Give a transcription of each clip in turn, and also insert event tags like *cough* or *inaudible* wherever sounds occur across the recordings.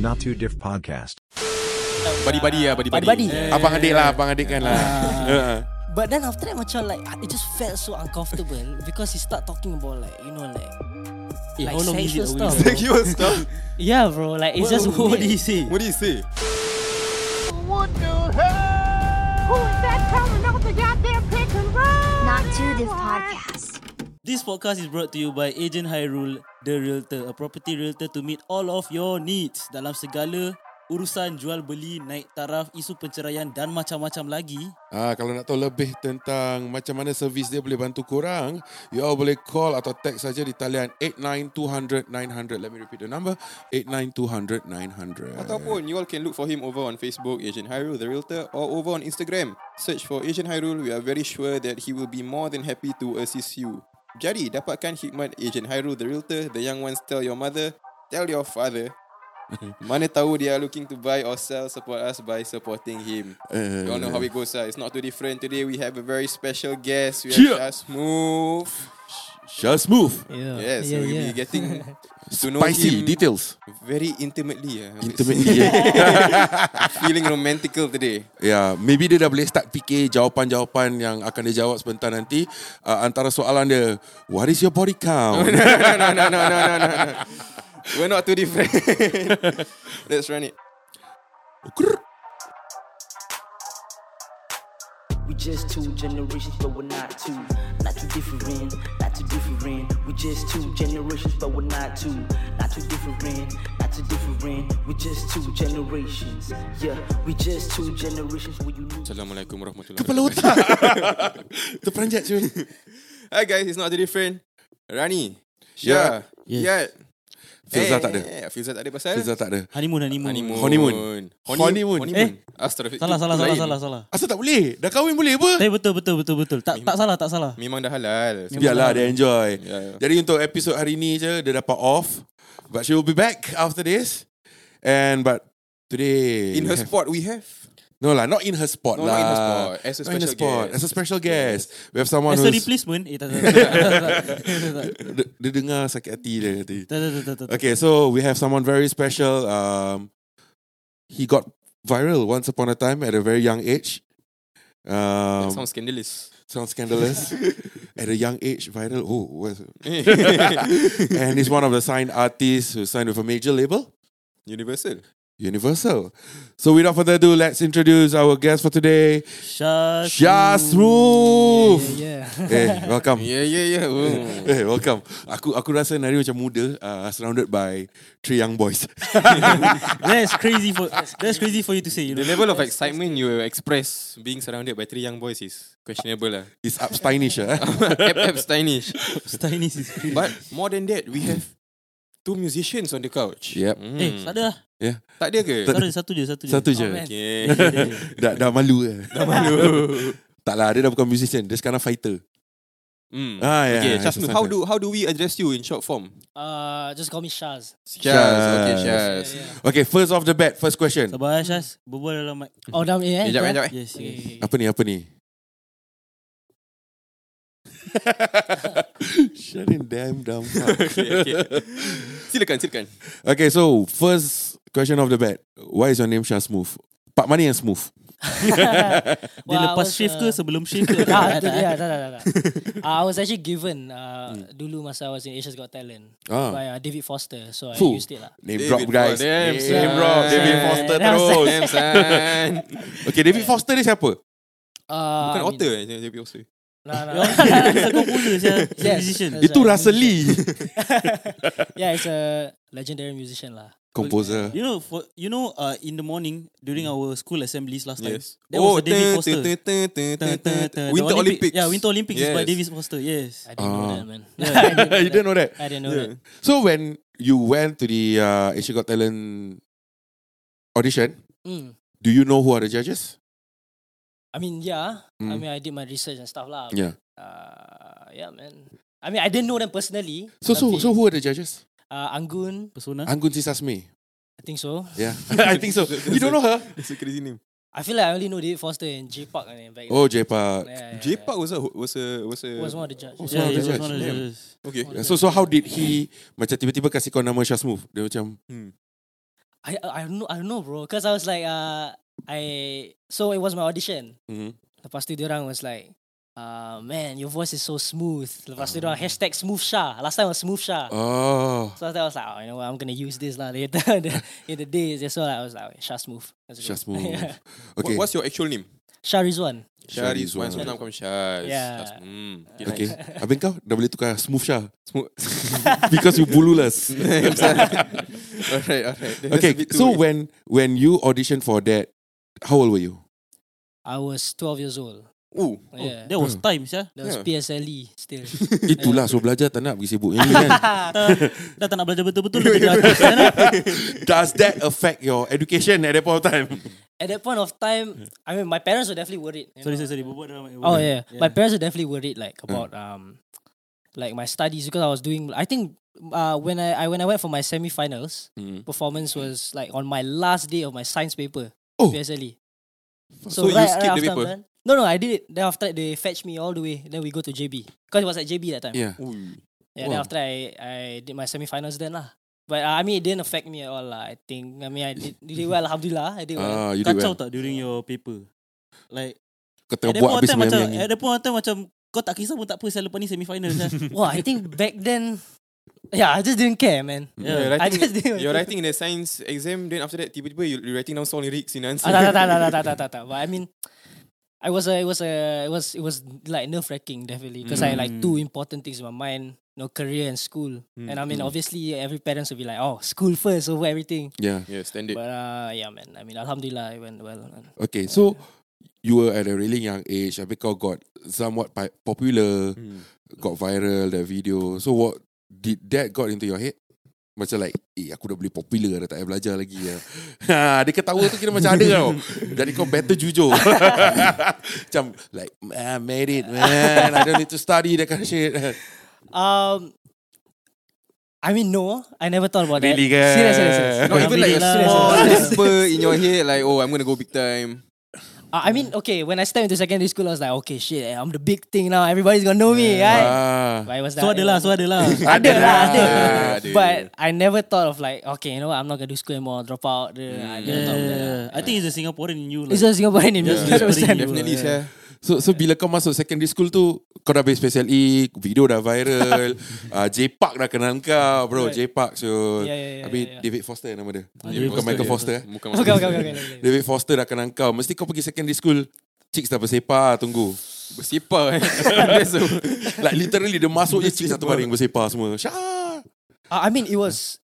Not Too Diff podcast. Badi-badi lah Badi-badi Badi-badi. Abang adik lah Abang adik kan lah Ah. But then after that macam like It just felt so uncomfortable Because he start talking about like You know like Eh, Like how long is it away? sexual stuff Thank you stuff Yeah, bro. Like, *laughs* it's just What- what weird. did he say? What do you say? Who is that coming out the goddamn pick and roll? Not to this podcast. This podcast is brought to you by Agent Hyrule, the realtor, a property realtor to meet all of your needs dalam segala urusan jual beli, naik taraf, isu penceraian dan macam-macam lagi. Ah, kalau nak tahu lebih tentang macam mana servis dia boleh bantu korang, you all boleh call atau text saja di talian 89200-900. Let me repeat the number, 89200-900. Ataupun you all can look for him over on Facebook, Asian Hyrule the Realtor, or over on Instagram. Search for Asian Hyrule. We are very sure that he will be more than happy to assist you. Jadi, dapatkan hikmat Asian Hyrule the Realtor. The young ones tell your mother, tell your father. *laughs* Mana tahu they are looking to buy or sell, support us by supporting him. Eh. You all know how it goes. ah. It's not too different. Today we have a very special guest. We Yeah. have Shaz Move. Just move. Yeah. Yes, so we'll be *laughs* getting to know Spicy him details. very intimately. ah. It's *laughs* Intimately. yeah. Feeling romantical today. *laughs* yeah, maybe dia dah boleh start fikir jawapan-jawapan yang akan dia jawab sebentar nanti. Uh, antara soalan dia, what is your body *laughs* count? no, no, no, no, no, no, no. We're not too different. *laughs* Let's run it. We just two generations, but we're not two. Not too different, not too different. We just two generations, but we're not two. Not too different, not too different. We just two generations. Yeah, we just two generations. We unique. Assalamualaikum warahmatullahi Kepala otak. Terperanjat Eh? cuy. *laughs* Hi guys, it's not too different. Rani. Yeah. Syah. Yeah. Filzah tak ada. Eh, Filzah tak ada pasal. Filzah tak ada. Honeymoon, honeymoon. Honeymoon. Honeymoon. Honeymoon. Honeymoon. Eh? Astagfirullah. Salah, salah, salah, Lain. salah, salah. Asal tak boleh? Dah kahwin boleh apa? Tapi betul, betul, betul, betul. Tak, tak salah, tak salah. Memang dah halal. Biarlah dia enjoy. Ya, ya. Jadi untuk episod hari ni je dia dapat off. But she will be back after this. And but today In her we have- spot we have. No lah, not in her spot No, lah. not in her spot. As a Not in her special spot. guest. As a special guest. We have someone As a who's replacement? Eh, tak, tak, tak, tak, tak, tak, dia, dia dengar sakit hati dia nanti. tak, tak, tak, tak, tak, tak. Okay, so we have someone very special. Um, he got viral once upon a time at a very young age. Um, That sounds scandalous. *laughs* sounds scandalous. at a young age, viral. Oh, what's, *laughs* Eh, and he's one of the signed artists who signed with a major label, Universal. Universal. So without further ado, let's introduce our guest for today, Shaz. Shaz Roof. Yeah Hey, welcome. Yeah, yeah, yeah. Oh. *laughs* Hey, welcome. Aku aku rasa Nari macam muda, uh, surrounded by three young boys. *laughs* That's crazy for that's crazy for you to say. You know? *laughs* The level of excitement you express being surrounded by three young boys is questionable *laughs* lah. It's upsteinish, *laughs* eh? Ep- Epsteinish. Stylist is crazy. But more than that, we have two musicians on the couch. Yep. Mm. Eh, tak ada lah. Tak ada ke? *laughs* Tak ada, satu je, satu je. Oh, Satu je. man. Okay. dah, dah malu eh. Dah malu. *laughs* tak lah, dia dah bukan musician. Dia sekarang fighter. mm. Ah, yeah, okay, yeah, Shafnu, it's how do how do we address you in short form? uh, Just call me Shaz Shaz. Okay, Shaz. Shaz. Okay, first off the bat, first question. Sabar eh, Syaz. Berbual dalam mic. Oh dalam eh Eh, Sekejap, sekejap. eh. Yes, yes. Apa ni, apa *laughs* ni? *laughs* Sharing damn dumb. *laughs* Okay, okay. *laughs* Silakan, silakan. okay, so first question off the bat. Why is your name Shah Smooth? Pak Mani yang smooth. *laughs* *laughs* Dia lepas shift uh, ke sebelum shift ke? Ah, tu dia, tak, tak, tak, tak. *laughs* Uh, I was actually given uh, Hmm. dulu masa I was in Asia's Got Talent Ah. by uh, David Foster, so I Fuh. used it lah. Name David drop guys. Foster. Damn, name son. drop. David Foster Damn, terus. son. Damn, son. Okay, David Foster ni siapa? Uh, I Bukan mean- otter eh, David Foster. Nah, nah. *laughs* Dia komposer saya. Yes. Musician. That's Itu right. Rasa Lee. Yeah, it's a legendary musician lah. Composer. You know, for you know, uh, in the morning during our school assemblies last time, Yes. there was a Oh, David Oh, tun, Foster. *laughs* tun, tun, tun, Tun, tun, tun, tun, tun. tun. The Winter Olympi- Olympics. Yeah, Winter Olympics is by Yes. David Foster. Yes. I didn't Ah. know that, man. *laughs* you didn't know that? I didn't know Yeah. that. So when you went to the uh, Asia Got Talent audition, Mm. do you know who are the judges? I mean, yeah. I Mm. mean, I did my research and stuff lah. Yeah. Uh, yeah, man. I mean, I didn't know them personally. So so tapi, so who are the judges? Uh, Anggun, Persona. Ah, Angun Sisasmi. I think so. Yeah, *laughs* I think so. *laughs* You don't know her? It's a crazy name. I feel like I only know David Foster and J Park. I mean, back Oh, J Park. Yeah, yeah, yeah. J-Park was a was a was a was one of the judges. was Yeah, Oh, one of the yeah, judge. one of the Damn. judges. okay. So so how did he macam tiba-tiba kasih kau nama Shasmuf? Dia macam Hmm. I I don't know I don't know bro Cause I was like uh I So it was my audition Mm-hmm. Lepas tu diorang was like uh, Man your voice is so smooth Lepas tu diorang hashtag smooth Shah Last time was smooth Shah Oh, So I was like oh, You know what I'm gonna use this lah later *laughs* in the, in the days So I was like oh, Shah smooth That's good. Shah Smooth. *laughs* Yeah. Okay. What, what's your actual name? Shah Rizwan Shah Shariz Wan. Rizwan. So now come Shaz. Yeah. Shaz- Mm. *laughs* okay. Habis kau dah boleh tukar Smooth Shah. Smooth. *laughs* Because you *laughs* bululas. alright, alright. That's a okay, bit too so when when you auditioned for that, how old were you? I was 12 years old Oh, Ooh. *laughs* Yeah That Hmm. was time *laughs* sia. That was Yeah. PSLE E still Itulah, so belajar tak nak pergi sibuk. Ini *laughs* kan. Dah tak nak belajar betul-betul dah jadi artis kan? Does that affect your education at that point of time? At that point of time I mean my parents were definitely worried you Sorry, know. sorry, sorry. Berbual dalam mic, Oh berbual. yeah. my parents were definitely worried like about um, like my studies because I was doing. I think uh when I, I when I went for my semi-finals Mm-hmm. performance was like on my last day of my science paper Oh. PSLE. So you skipped E. the after I'm paper? done- No, no, I did it. Then after that, they fetched me all the way. Then we go to JB because it was at JB that time. Yeah. Ooh. Yeah, then after I I did my semi-finals then lah. But uh, I mean, it didn't affect me at all lah. I think I mean I *laughs* did, did well. Alhamdulillah, I did well. Ah, you did Kacau well. tak during your paper? Like, Kau at tengah that buat point of habis time macam, semayang-mayang at ni. that point of time macam, kau tak kisah pun tak apa, saya lepas ni semi-final sia. *laughs* Well, I think back then, yeah, I just didn't care, man. You're yeah. I writing, just didn't- *laughs* you're writing in the science exam, then after that, tiba-tiba you- you're writing down song lyrics in answer. *laughs* Ah, tak, tak, tak, tak, tak, tak, tak, tak, tak. But I mean, I was a, it was a, it was, it was like nerve wracking definitely because I had like two important things in my mind, you know, career and school. Mm. And I mean, Mm-hmm. obviously, every parents will be like, oh, school first over everything. Yeah. Yeah, standard. But uh, yeah, man. I mean, Alhamdulillah, it went well. man. Okay, so you were at a really young age. Habis kau got somewhat pi- popular, got viral that video. So what did that got into your head? Macam like, eh aku dah boleh popular dah tak payah belajar lagi ya. *laughs* Ha, dia ketawa tu kira macam ada tau. Jadi kau better jujur. *laughs* macam like, man, I made it man. I don't need to study that kind of shit. Kan? Um, I mean, no, I never thought about Really that. ke? Serious, serious, serious. Not even like a Alhamdulillah, *laughs* small *laughs* serious, serious. whisper in your head, like, oh, I'm gonna go big time. Uh, I mean, okay, when I stepped into secondary school, I was like, okay, shit, I'm the big thing now. Everybody's gonna know me, right? Ah. But it was So that- ada lah, so ada lah. ya. *laughs* ada lah, ada. ada. But I never thought of like, okay, you know what, I'm not gonna do school anymore, drop out. the- I never thought of that. Yeah. Eh, I think it's a Singaporean in you. lah. Like. lah. It's a Singaporean in me. Yeah, yeah. understand? Definitely, yeah. So, so bila kau masuk secondary school tu Kau dah habis PSLE E, Video dah viral uh, J-Park dah kenal kau Bro, Right. J-Park so, Yeah, yeah, yeah, Habis yeah, yeah. David Foster nama dia David Foster, Bukan Michael yeah. Foster eh Bukan *laughs* Okay, okay, okay, okay. okay. David Foster dah kenal kau Mesti kau pergi secondary school Chicks dah bersepah Tunggu Bersepah eh. *laughs* That's so- Like literally Dia masuk je chicks satu baring Bersepah semua Syah Uh, I mean, it was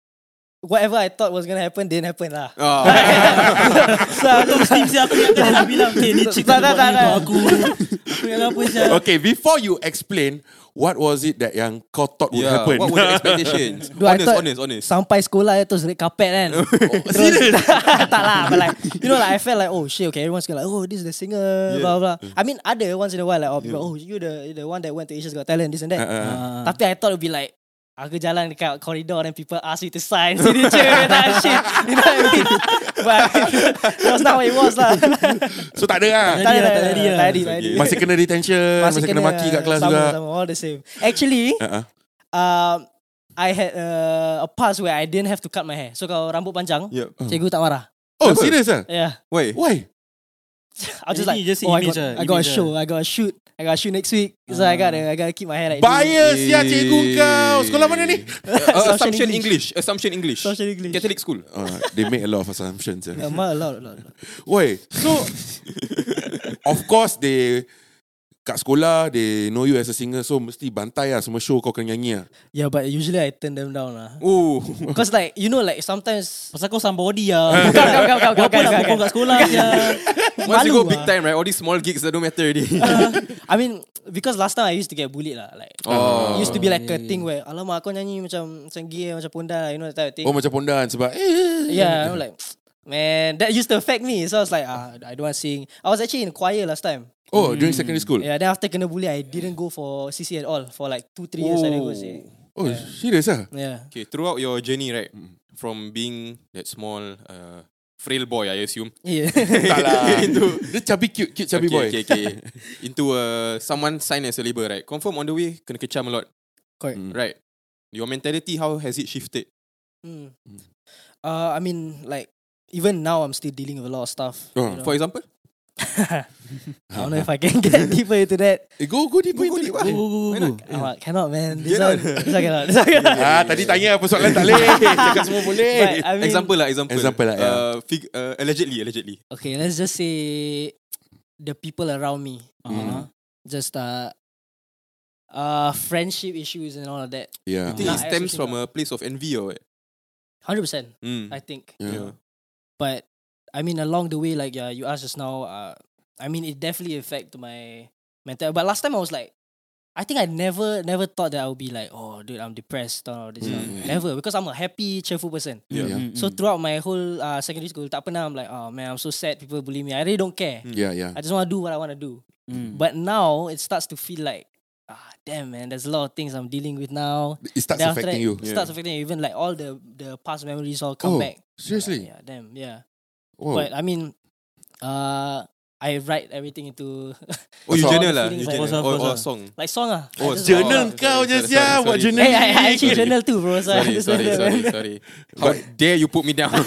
whatever I thought was gonna happen didn't happen lah. Ah, so I was Mesti aku ingatkan dia dah bilang, eh, ni cik Tak, tak tak, buat tak, ni untuk tak. aku. Aku ingatkan apa sia. *laughs* Okay before you explain What was it that yang kau thought would yeah. happen Ya. What *laughs* were the expectations? Dude, I honest, thought- honest, honest. sampai sekolah terus red carpet *laughs* kan. terus, *laughs* tak lah, but like, you know, like I felt like, oh shit, okay, everyone's gonna like, oh, this is the singer, blah blah. I mean, ada once in a while like, oh, people, oh, you the you the one that went to Asia's Got Talent, this and that. Ah. Tapi I thought it'd be like, aku jalan dekat koridor and people ask me to sign *laughs* signature and that shit. You know what I mean? *laughs* But that's not what it was lah. So tak ada *laughs* lah Tak ada, tak ada, tak tak ada, tak ada. Masih kena detention lah. Masih, kena, maki kat kelas lah. sama, juga Sama, all the same. Actually, Uh-uh. um, I had uh, a pass where I didn't have to cut my hair. So kalau rambut panjang, Yep. cikgu tak marah. Oh serious ah? Yeah. Wait. Why? I was Maybe just like, you just see oh, I image got, ah, I got a image ah." show, I got a shoot, I got a shoot next week. So I gotta, I gotta keep my hair like this. Bias ya cikgu kau Sekolah mana ni? Uh, Assumption Assumption English. Assumption English. Assumption English. Catholic *laughs* school. Uh, they make a lot of assumptions. Yeah, Yeah. ma- a lot, a lot, a lot. Why? So, *laughs* of course they kat sekolah they know you as a singer so mesti bantai lah semua show kau kena nyanyi lah. Yeah, but usually I turn them down lah. Oh. Cause like you know like sometimes Pasal *laughs* kau somebody lah. Bukan, bukan, bukan, bukan, Kau bukan, nak bukan, pukul kat sekolah sia. ya. Once you Malu go ah. big time, right? All these small gigs that don't matter already. I mean because last time I used to get bullied lah like Ah. Oh. it used to be like a thing where alamak kau nyanyi macam macam gay macam ponda you know that type of thing. Oh macam pondan sebab eh. yeah, I'm like man that used to affect me so I was like ah, I don't want to sing. I was actually in choir last time. Oh during secondary school. Yeah, then after kena bully I didn't go for CC at all for like 2 3 years I didn't go CC. Oh serious *laughs* ah? Yeah. Okay, throughout your journey, right? From being that small, uh, frail boy, I assume. Yeah. *laughs* tak lah. Into- Dia chubby cute, cute chubby okay, boy. Okay, okay. Into uh, someone signed as a label, right? Confirm on the way, kena kecam a lot, Correct. right? Your mentality, how has it shifted? Mm. Uh, I mean, like even now, I'm still dealing with a lot of stuff. Oh, you know. For example, I don't know if I can get deeper into that. Eh, go go deep, go, go deep. Why? *laughs* Go, go, Why go, not? go. Ah, cannot, man. This Cannot. one, this one cannot. This one cannot. Ah, tadi tanya apa soalan tak *laughs* boleh. Cakap semua boleh. But I mean, Example lah, example. Example lah, ya. Uh, fig- uh, allegedly, allegedly. okay, let's just say the people around me, hmm, Uh-huh. just uh, uh, friendship issues and all of that. Yeah. I think Nah, it I stems Ah, actually from a place of envy or what? Hundred percent, Mm. I think. Yeah. But I mean, along the way, like yeah, you asked just now. Uh, I mean, it definitely affect my mental. But last time I was like, I think I never, never thought that I would be like, oh, dude, I'm depressed or this. stuff. Mm. Never, because I'm a happy, cheerful person. Yeah. Yeah. So throughout my whole uh, secondary school, tak pernah I'm like, oh man, I'm so sad. People bully me. I really don't care. Yeah, yeah. I just want to do what I want to do. Mm. But now it starts to feel like, ah, damn man, there's a lot of things I'm dealing with now. It starts Then after affecting that, you. It starts affecting you. Even like all the the past memories all come Oh, back. Seriously. Yeah, damn, yeah. Oh. Wow. But I mean, uh, I write everything into Oh, you What's journal up? lah. Feelings You like- journal. What's up, Or, what's or up? song. like song ah. I Oh, just journal write all- kau je, Sorry, sia. sorry, Buat sorry. journal. Hey, I, I actually Sorry. *laughs* journal too, bro. So I Sorry, just sorry, journal. sorry, *laughs* sorry. How dare you put me down?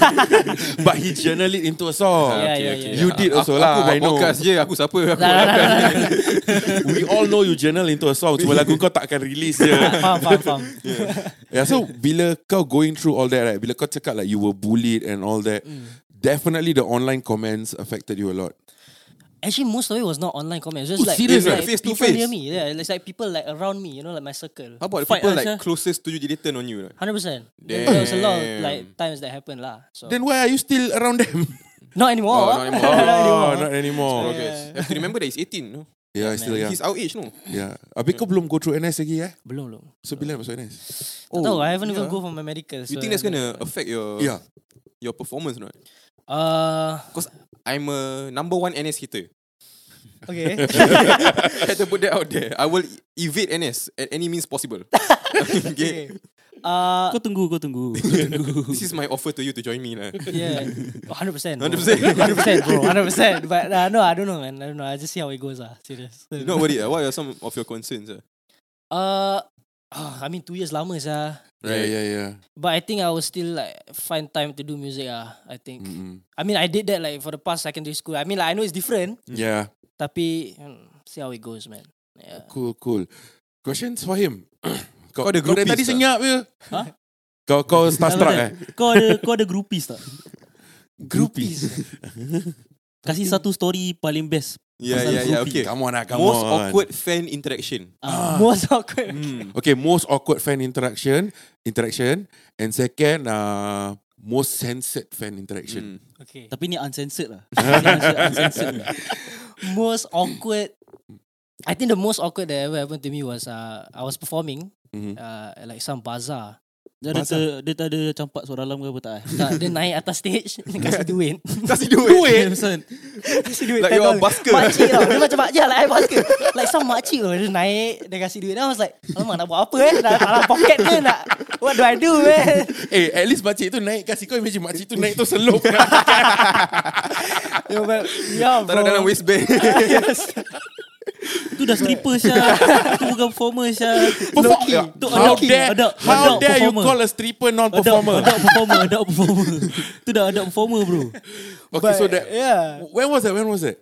But he journal it into a song. Yeah, yeah, yeah. You did also lah, Aku buat I know. podcast je. Aku siapa? *laughs* Aku Nah, nah, nah, nah, nah. *laughs* We all know you journal into a song. Cuma lagu kau takkan release je. Faham, faham, faham. *laughs* yeah, so bila kau going through all that, right? Bila kau cakap like you were bullied and all that, definitely the online comments affected you a lot. Actually, most of it was not online comments. It was Oh, just like, serious, like ah? Face to people face? near me. Yeah, it's like people like around me. You know, like my circle. uh, How about the Fight people us, like lah. eh? *laughs* closest to you they turn on you? Like? Hundred percent. There there was a lot of Damn. like times that happened lah. So Then why are you still around them? *laughs* not anymore. Oh, ah. not Oh, anymore. not anymore. Progress. Have to remember that he's 18. No? Yeah, still yeah. He's our age, no? Yeah. Habis kau belum go through NS lagi eh? *laughs* belum belum. So bila masuk NS? Oh, no, I haven't even yeah. go for my medical. You so think that's I don't gonna affect your Yeah. your performance, right? know. Uh, Because I'm a number one NS hitter. *laughs* okay. I had to put that out there. I will evade NS at any means possible. okay. Uh, Kau tunggu, kau *laughs* tunggu. This is my offer to you to join me. lah. yeah, hundred percent. 100%. hundred percent, bro, hundred percent. But uh, no, I don't know, man. I don't know. I just see how it goes. Ah, serious. You Not worried. ah? What are some of your concerns? ah? Uh, ah, I mean, two years lama sah. Yeah, yeah, yeah. But I think I will still like find time to do music. Ah, I think. Mm-mm. I mean, I did that like for the past secondary school. I mean, like I know it's different. Yeah. Tapi hmm, see how it goes, man. Yeah. Cool, cool. Questions for him. *clears throat* kau, Kau ada kau dari groupies tadi tak? senyap je. Hah? Kau kau starstruck eh? Kau ada kau ada groupies tak? Groupies. Kasih satu story paling best. Yeah, Pasal yeah, yeah. groupie. Okay. Come on lah, come Most on. awkward fan interaction. Hmm. Ah. *laughs* Most awkward. Okay, most awkward fan interaction, interaction, and second, uh, most censored fan interaction. Okay. Tapi ni uncensored *laughs* lah. Ni uncensored- uncensored lah. most awkward. I think the most awkward that ever happened to me was uh, I was performing Mhm. uh, at like some bazaar. Dia ada ter, dia tak ada campak suara dalam ke apa tak? eh? Nah, dia naik atas stage dia kasih duit. Does he do it? Damn, son. kasih duit. Like you're $10. a busker. Makcik tau. Dia macam makcik lah. I busker. Like some makcik tau. Dia naik, dia kasih duit. Then I was like, alamak nak buat apa eh? Nak, nak, nak pocket ke? Nak, what do I do man? Eh, at least makcik tu naik kasih kau imagine makcik tu naik tu selop. Yo, but, yeah, Taruh bro. dalam waistband. yes. Tu dah stripper Syah. Tu bukan performer Syah. Perform- Loki. Tu how adult- dare, adult- how adult dare you performer. call a stripper Adult, non-performer? adult performer, adult performer. *laughs* Tu dah adult performer bro. Okay, so But, that yeah. when was that? When was that?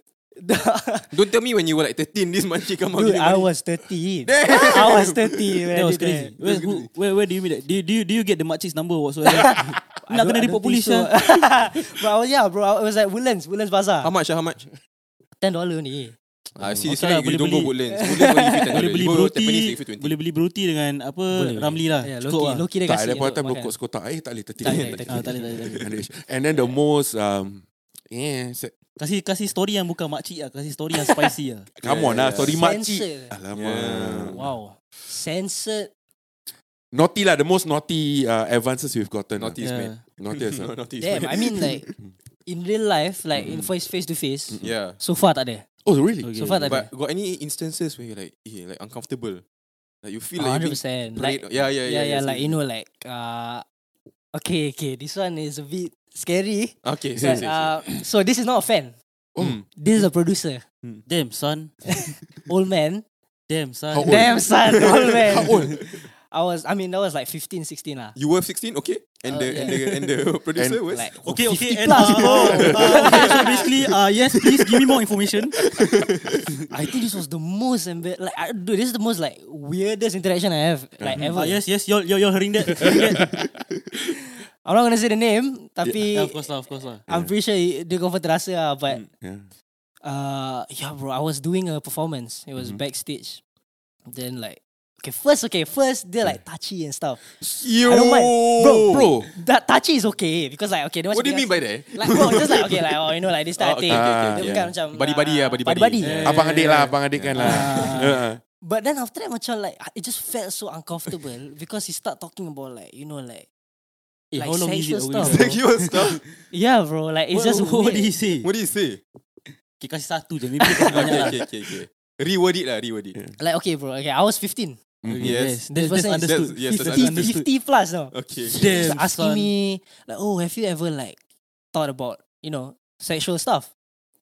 *laughs* Don't tell me when you were like 13, this manchi come out. Dude, giving I money. was 13. I was 13 when I That was did crazy. that. Where, who, where, where do you mean that? Do, you- do, you, do you get the makcik's number *laughs* whatsoever? Nak don't- kena I report eh? don't polis think ah. so. Syah. *laughs* but I was, yeah, bro, I was at Woodlands, Woodlands How Bazaar. much? ah, How much? Ten dollar only. I Ah, see this Okay lah, guy. boleh You don't go beli- Woodlands. Woodlands only fit Boleh beli broti, boleh 20. beli broti dengan apa Ramli lah. Yeah, Cukup Loki, lah. Loki dia Tak, kasih. ada point of time untuk rokok sekotak. Eh, tak boleh. makan. Tak, tak, tak, 13. Ah, tak. tak boleh, tak boleh, tak boleh. Underage. And then the most, um, yeah, se- Kasih kasih story yang bukan makcik lah. Kasih story yang spicy lah. come on lah, sorry makcik. Censored. Alamak. Wow. Censored. Naughty lah, the most naughty uh, advances we've gotten. lah. Naughty Ya. is mad. *laughs* Naughty as well. *laughs* Naughty is Damn, I mad. mean like in real life, like in face face to face, Yeah. so far tak ada. Oh, really? Okay. So far tak ada. But got any instances where you're like, eh, like uncomfortable? Like you feel Oh, like 100%. you're being Like, parade- yeah, yeah, yeah, yeah, yeah, yes, like, you know, like, uh, okay, okay, this one is a bit scary. Okay, say, But, say, say. uh, so this is not a fan. Mm. This is a producer. Damn *laughs* son. Old man. Damn son. How old? Damn son, old man. How old? I was, I mean, that was like 15, 16 lah. You were 16, okay? Uh, And the and the *laughs* and the *laughs* producer was Like, Okay, okay. And, 50 plus, uh, bro. uh, *laughs* okay, so basically, uh, yes, please give me more information. I think this was the most embar- like I, dude, this is the most like weirdest interaction I have like Uh, ever. yes, yes, you're, you're, you're hearing that. Hearing that. *laughs* I'm not gonna say the name, tapi Yeah, of course Mm, lah, of course lah. I'm pretty sure it- dia confirm terasa lah, but Yeah. uh, yeah, bro, I was doing a performance. It Mm-hmm. was backstage. Then like, okay, first, okay, first they're like touchy and stuff. Yo, I don't mind, bro, bro. That touchy is okay because like, okay, What do you mean by that? Like, bro, *laughs* just like okay, like oh, you know, like this type of Oh, okay, thing. okay, okay, Dia okay. bukan macam Buddy-buddy ah, lah, buddy-buddy. buddy-buddy. *laughs* Yeah. Abang adik lah, abang adik kan lah. Ah. Uh-uh. But then after that, macam like it just felt so uncomfortable because he start talking about like you know like Eh, Like how long is it? sexual away, stuff. bro? sexual stuff. yeah, bro, like it's What- just what, what did he weird. say? What do you say? Okay, kasih satu je. Maybe dia banyak Okay, lah. okay, okay, okay. Reword it lah, reword it. like okay, bro, okay, I was 15, Yes. That's, that's This person is- understood. That's- yes, that's 50, understood. 50 plus, no. Okay. Damn, Just asking son. me like, oh, have you ever like thought about you know sexual stuff?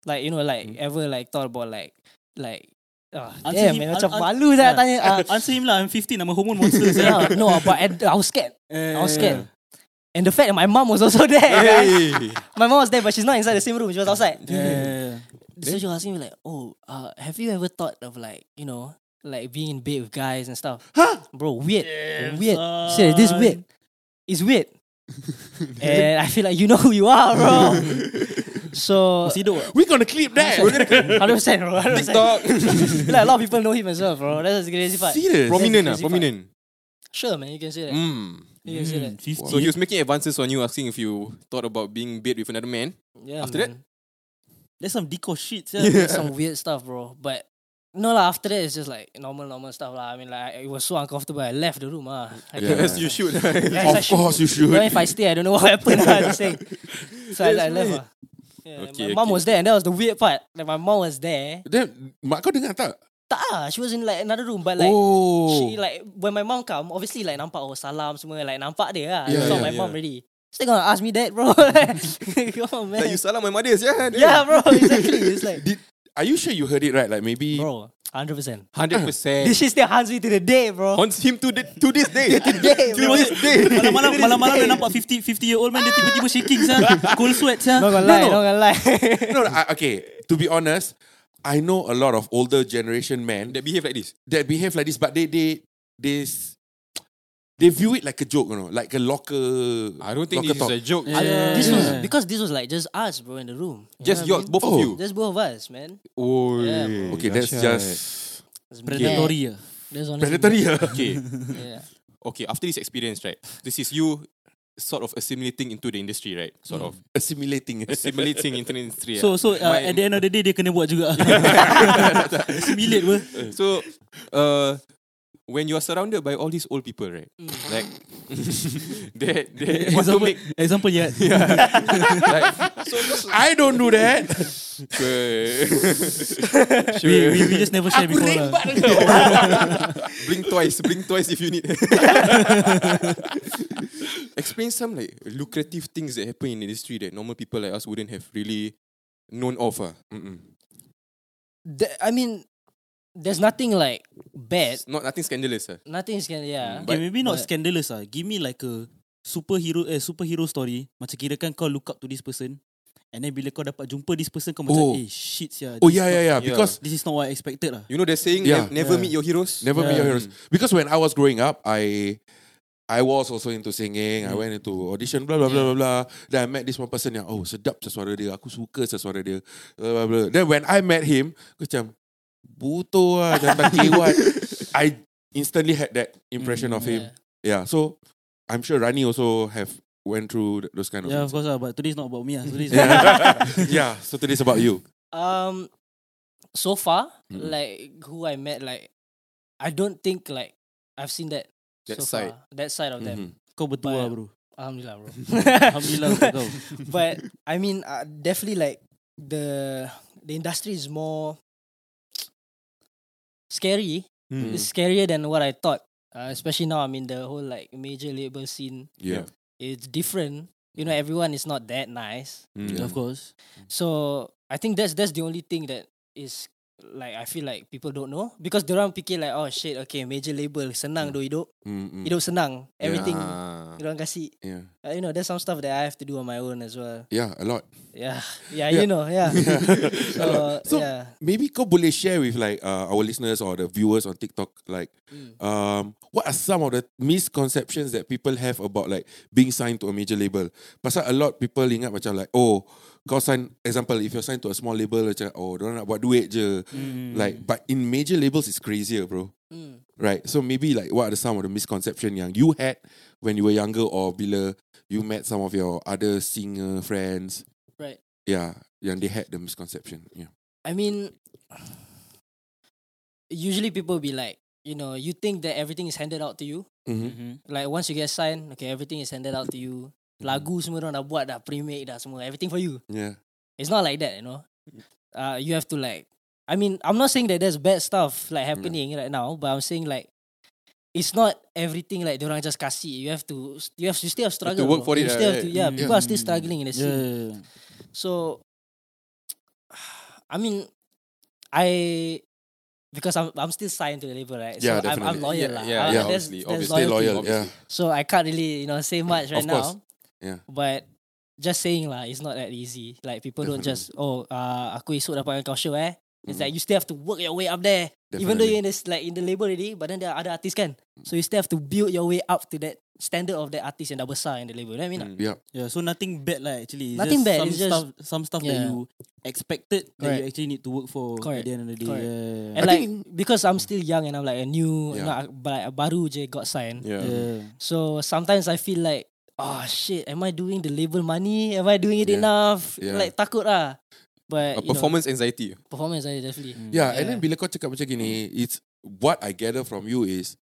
Like you know like ever like thought about like like ah, Answer damn, him, man, an- macam an- malu dah yeah. tanya. ah. *laughs* Answer him lah. I'm 15. I'm a hormone monster. *laughs* Yeah, sia. no, but I, I was scared. I was Eh. scared. And the fact that my mom was also *laughs* there. guys. Hey. My mom was there, but she's not inside the same room. She was outside. Yeah. So she was asking me like, "Oh, uh, have you ever thought of like, you know, like being in bed with guys and stuff?" Huh? Bro, weird, weird. Serious, this is weird. It's weird. and I feel like you know who you are, bro. so Masih hidup tak? We're gonna clip that. We're gonna *laughs* hundred percent, bro. 100%. *laughs* TikTok. like a lot of people know him as well, bro. That's the crazy part. serious. prominent ah, That's crazy prominent. Sure, man, you can say that. Mm. You can say that. 50. So he was making advances on you, asking if you thought about being bed with another man. Yeah. After that? man. That's some deco shit. sia. That's some weird stuff, bro. But no lah. After that, it's just like normal, normal stuff lah. I mean, like I- it was so uncomfortable. I left the room ah. I Yeah. couldn't- *laughs* As you should. Yes, I Of should. course you You know, should. if I stay, I don't know what happened. lah, just saying. So I, I That's left. weird. ah. Yeah, Okay, my mom okay, was there, and that was the weird part. Like my mom was there. Then mak kau dengar tak? Tak, ah, she was in like another room, but like. oh. She like when my mom come, obviously like nampak oh salam semua like nampak dia lah. Yeah, I saw yeah, my mom yeah. already. Still gonna "Oh, ask me that, bro. *laughs* Come on, man. like you salam my mother, yeah. yeah, bro. Exactly. It's *laughs* like, Did, are you sure you heard it right? Like maybe bro, hundred percent. Hundred percent. This shit still haunts me to the day, bro. Haunts him to the to this day. to day, bro. this day. Malam-malam malam-malam dia nampak 50 50 year old man dia tiba-tiba shaking *laughs* sah. Cold sweat sah. Not gonna lie, not gonna lie. no, no, I, okay. To be honest, I know a lot of older generation men that, That behave like this. that behave like this, but they they they s- they view it like a joke, you know, like a locker. I don't think locker this is a joke. Yeah. *laughs* this *laughs* was because this was like just us, bro, in the room. You Just know your what I mean? both of Oh. you. Just both of us, man. Oh, Yeah, bro. Okay, that's just It's predatory. ah. bad. That's honestly predatory. ah. okay. bad. Yeah. Okay, after this experience, right? This is you sort of assimilating into the industry, right? Sort *laughs* of Assimilating. assimilating into the industry. eh? So so uh, My- at the end of the day dia kena buat juga. *laughs* Assimilate bro. *laughs* So, uh, when you are surrounded by all these old people, right? Mm. *laughs* Like, they, *laughs* they want *laughs* to Example, make. example yeah. Like, so, just- I don't do *laughs* that. sure. We, sure. we, we just never share Aku before lah. rembat kau. *laughs* blink twice, blink twice if you need. *laughs* Explain some like lucrative things that happen in the industry that normal people like us wouldn't have really known of. Ah, Mm-mm. Th- I mean, there's nothing like bad. Not nothing scandalous. Ah, Nothing is gonna yeah. Okay, maybe not but- scandalous ah. Give me like a superhero eh superhero story. Macam kira kan kau look up to this person and then bila kau dapat jumpa this person kau Oh. macam eh shit yeah. Oh ya, yeah, yeah, yeah. *laughs* Yeah. Because This is not what I expected lah. You know they're saying Yeah. ne- never Yeah. meet your heroes. Never be Yeah. your heroes. Because when I was growing up, I I was also into Mm. singing. I went into audition, blah blah blah blah blah. Then I met this one person yang oh sedap sesuara dia, aku suka sesuara dia, blah blah blah. Then when I met him, aku macam buto ah *laughs* jantan kiwat. I instantly had that impression Mm, of him. Yeah. so I'm sure Rani also have went through th- those kind of Yeah, of things. course lah. But today's not about me lah. *laughs* Today's *laughs* yeah. So today's about you. Um, so far, Mm-mm. like who I met, like I don't think like I've seen that. That so side. Mm-hmm. far. that side of them. Mhm. kau betul lah *laughs* bro. Alhamdulillah, bro. *laughs* Alhamdulillah untuk kau. *laughs* but I mean, uh, definitely like the the industry is more scary. Hmm. Mm. It's scarier than what I thought. Uh, especially now, I mean, the whole like major label scene, Yeah. it's different. You Mm. know, everyone is not that nice. Hmm. Yeah. Of course. Mm. So I think that's that's the only thing that is like I feel like people don't know because they orang fikir like oh shit okay major label senang do hidup Mm, mm. hidup senang everything Ah. Dia orang kasi Yeah. uh, you know there's some stuff that I have to do on my own as well. Yeah, a lot. Yeah. Yeah, Yeah. you know, *laughs* yeah. so, So yeah. maybe kau boleh share with like uh, our listeners or the viewers on TikTok like Hmm. um, what are some of the misconceptions that people have about like being signed to a major label? Pasal a lot people ingat macam like oh kau sign example if you're signed to a small label macam oh don't nak buat duit je Hmm. like but in major labels it's crazier bro. Mm, Right, so maybe like what are some of the misconception yang you had when you were younger or bila you met some of your other singer friends? Right. Yeah, yang they had the misconception. ya. Yeah. I mean, usually people be like, you know, you think that everything is handed out to you. Hmm. Mm-hmm. Like once you get signed, okay, everything is handed out to you. Lagu semua orang dah buat dah, pre-make dah semua, everything for you. Yeah. It's not like that, you know. Uh, you have to like, I mean, I'm not saying that there's bad stuff like happening right now, but I'm saying like, it's not everything like orang just kasih. You have to, you have, you still have struggle. work bro. for You it, still have right? to, yeah, mm-hmm. Mm. people are still struggling in the scene. Yeah. So, *sighs* I mean, I because I'm I'm still signed to the label, right? Yeah, so I'm, I'm definitely. loyal, Yeah, lah. yeah, I- yeah, there's- obviously, there's obviously. Stay loyalty. loyal. Yeah. So I can't really you know say much right Of course. now. Yeah. But just saying lah, it's not that easy. Like people don't just oh, uh, aku esok dapat dengan kau show eh. It's Mm-hmm. like you still have to work your way up there. Even though you're in this like in the label already, but then there are other artists can. Mm. So you still have to build your way up to that standard of that artist yang dah besar in the label. You know what I mean? Yeah. Yeah, so nothing bad lah actually. It's Nothing just bad, Some it's just- stuff, some stuff that Yeah. you expected that you Correct. actually need to work for at Correct. the end of the day. Correct. Yeah. And like because I'm still young and I'm like a new, Yeah. you know, but baru je got signed. Yeah. yeah. So sometimes I feel like, oh shit, am I doing the label money? Am I doing it Yeah. enough? Yeah. Like takut lah. But A you performance anxiety. know, performance I definitely. Mm. Yeah, and *laughs* then bila kau cakap macam gini, it's what I gather from you is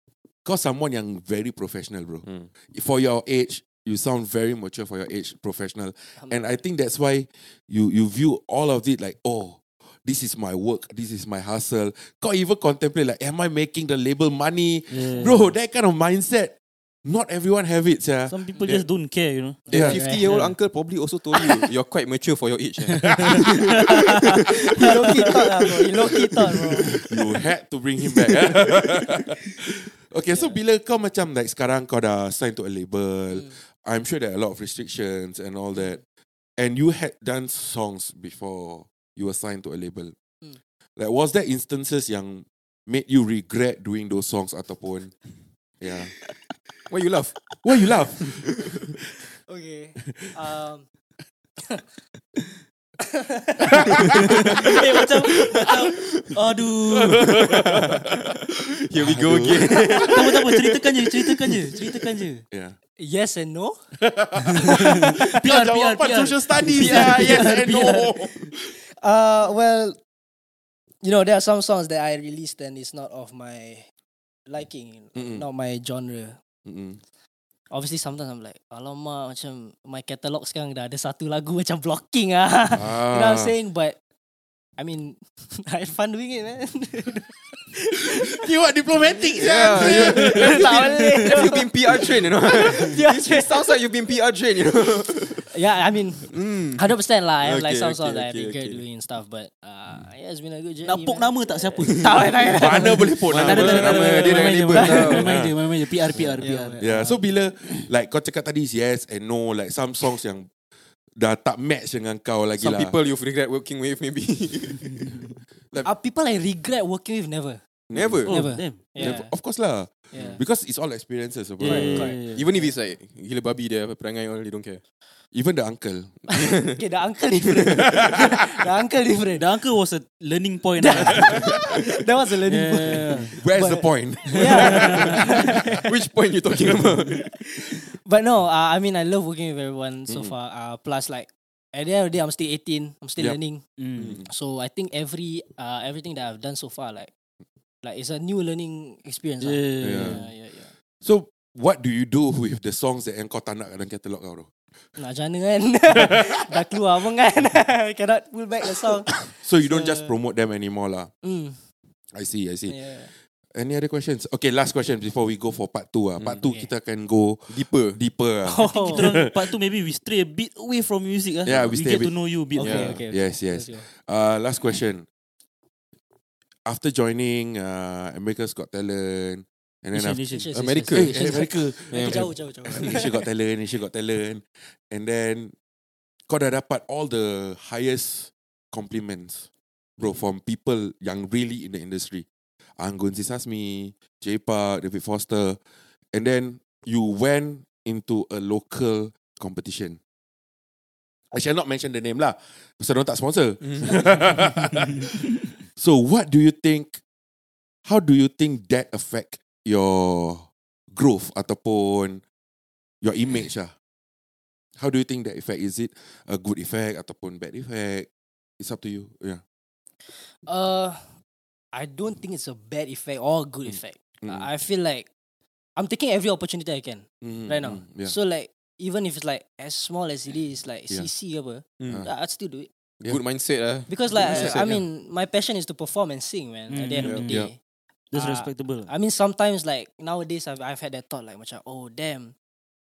kau someone yang very professional, bro. For your age, you sound very mature for your age, professional. And I think that's why you you view all of it like, oh, this is my work, this is my hustle. Kau even contemplate like, am I making the label money? Hmm. Bro, that kind of mindset, not everyone have it, yeah. Some people just don't care, you know. The Yeah. 50 year old uncle probably also told you you're quite mature for your age. eh." you low key thought lah, bro. You low *laughs* key thought, bro. You had to bring him back. eh? *laughs* okay, so bila kau macam like sekarang kau dah sign to a label, I'm sure there are a lot of restrictions and all that. And you had done songs before you were signed to a label. Mm. Like was there instances yang made you regret doing those songs *laughs* ataupun yeah. Why you laugh? Why you laugh? Okay. Um, eh, macam, macam, aduh. Here we go again. tak apa, tak apa, ceritakan je, ceritakan je, ceritakan je. yeah. yes and no. PR, PR, Jawapan PR. social *laughs* studies yeah, yes and no. Uh, well, you know there are some songs that I released and it's not of my liking, Mm-mm. not my genre. *laughs* Mm-mm. Obviously sometimes I'm like Alamak macam My catalog sekarang dah ada satu lagu *laughs* Macam blocking ah. *laughs* You know what I'm Ah. saying But I mean *laughs* I had fun doing it man *laughs* You are diplomatic. Yeah. *laughs* Tak boleh Have you been PR trained, you *laughs* know? Yeah, it sounds like you've been PR trained, you know? Yeah I mean 100% lah I have like Okay, some songs That I okay, okay, regret okay. doing and stuff But uh, Yeah it's been a good journey Nak poke man. nama *laughs* tak siapa? Tak boleh tak boleh Mana boleh pun Mana boleh nama. nama. dia dengan label tau. ah. Main je, main je. PR, PR, PR. Yeah, so bila like kau cakap tadi is yes and no like some songs yang dah tak match dengan kau lagi Some lah. people you've regret working with, maybe. *laughs* Are Uh, people I regret working with Never Never. Oh, Never. damn. Yeah, Of course lah. yeah. Because it's all experiences. apa. Yeah, yeah, correct. yeah, yeah. Even if it's like gila babi dia apa, perangai all they don't care. Even the uncle. Okay the uncle different *laughs* The uncle different The uncle was a learning point. lah. *laughs* That was a learning point yeah. Where's the *laughs* point? Yeah Which point you talking about? But no, uh, I mean, I love working with everyone so far. Uh, plus, like at the end of the day, I'm still 18. I'm still Yep. learning. Mm. So I think every uh, everything that I've done so far, like like it's a new learning experience. lah. Yeah. yeah, yeah. yeah. so what do you do with the songs that yang kau tak nak dalam katalog kau tu? Nak macam mana *laughs* kan? Dah keluar pun kan? *laughs* Cannot pull back the song. So you don't just promote them anymore lah. Mm, I see, I see. Uh, yeah. Any other questions? Okay, last question before we go for part 2 ah. Part Mm, 2 kita akan go Deeper. deeper ah. *laughs* Kita orang Oh. *laughs* part tu maybe we stray a bit away from music ah. Yeah, we stray a get to bit. know you a bit. Okay, more. okay, okay. Yes, yes. Let's go. Uh, last question. After joining uh, America's Got Talent, And then after, Asian, Asian. America, Asian, eh, Asian. America. Tapi jauh jauh jauh. *laughs* Malaysia got talent, Malaysia got talent. And then kau dah dapat all the highest compliments bro from people yang really in the industry. Anggun Sisasmi, J Park, David Foster. And then you went into a local competition. I shall not mention the name lah. Pasal diorang tak sponsor. *laughs* so what do you think, how do you think that affect your growth ataupun your image lah. How do you think that effect? Is it a good effect ataupun bad effect? It's up to you. Yeah. Uh, I don't think it's a bad effect or a good Mm. effect. I I feel like I'm taking every opportunity I can right now. Mm, Yeah. So like even if it's like as small as it is, like Yeah. CC apa, Mm. I'd still do it Yeah. Good mindset lah. because like mindset, I, I yeah. mean my passion is to perform and sing, man. At the end of the Mm, Yeah. day, That's Ah, respectable. I mean sometimes like nowadays I've I've had that thought like macam oh damn,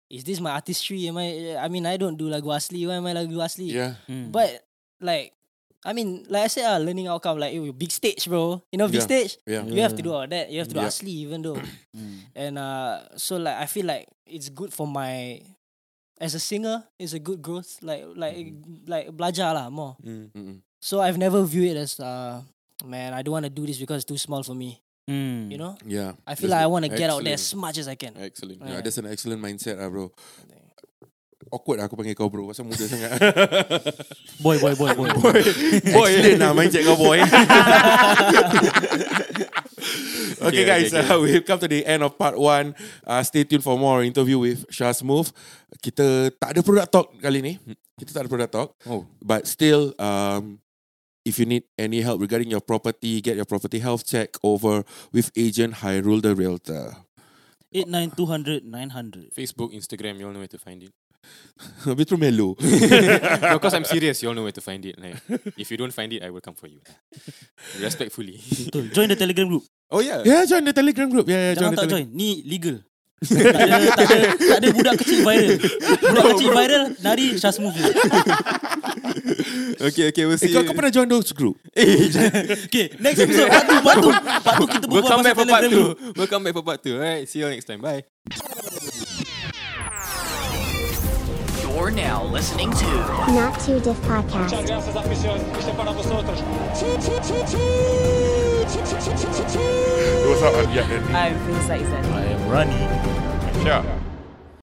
is this my artistry? Am I? I mean I don't do lagu asli. Why am I lagu asli? yeah. Mm. But like I mean, like I said, uh, learning outcome like eh, big stage, bro. You know, big Yeah. stage. Yeah. You have to do all that. You have to do Yeah. asli even though. Mm. and uh, so like I feel like it's good for my as a singer. It's a good growth. Like like like belajar lah more. Mm-mm. So I've never viewed it as uh man. I don't want to do this because it's too small for me. Mm. You know. Yeah. I feel like I That's good. want to get out there as Excellent. much as I can. Excellent. Yeah, Yeah. that's an excellent mindset lah bro. Awkward lah aku panggil kau bro Pasal muda sangat Boy, boy, boy, boy. Boy Excellent lah mindset kau boy Okay, Okay, guys, okay, okay. Uh, we've come to the end of part one. Uh, stay tuned for more interview with Shah Smooth. Kita tak ada product talk kali ni. Kita tak ada product talk. Oh. But still, um, if you need any help regarding your property, get your property health check over with agent Hyrule the Realtor. *laughs* 89, 200, 900. Facebook, Instagram, you all know where to find it. Habis terus melo. no, because I'm serious, you all know where to find it. Like, if you don't find it, I will come for you. Respectfully. Betul. Join the Telegram group. Oh yeah. yeah, join the Telegram group. Yeah, yeah, join Jangan the tak join. Telegram. Ni legal. *laughs* tak, ada, tak, ada, tak ada budak kecil viral. Budak kecil viral, nari Shaz Move. Okay, okay, we'll Eh, see. kau, kau pernah join those group? Okay, next episode. Part tu, part tu. Part tu kita we'll berbual come pasal back for part Telegram group. two. We'll come back for part two. Alright, see you all next time. Bye. You're now listening to Not Too Diff Podcast. It was not yet. I'm Faisal Izan. I am Rani. Yeah.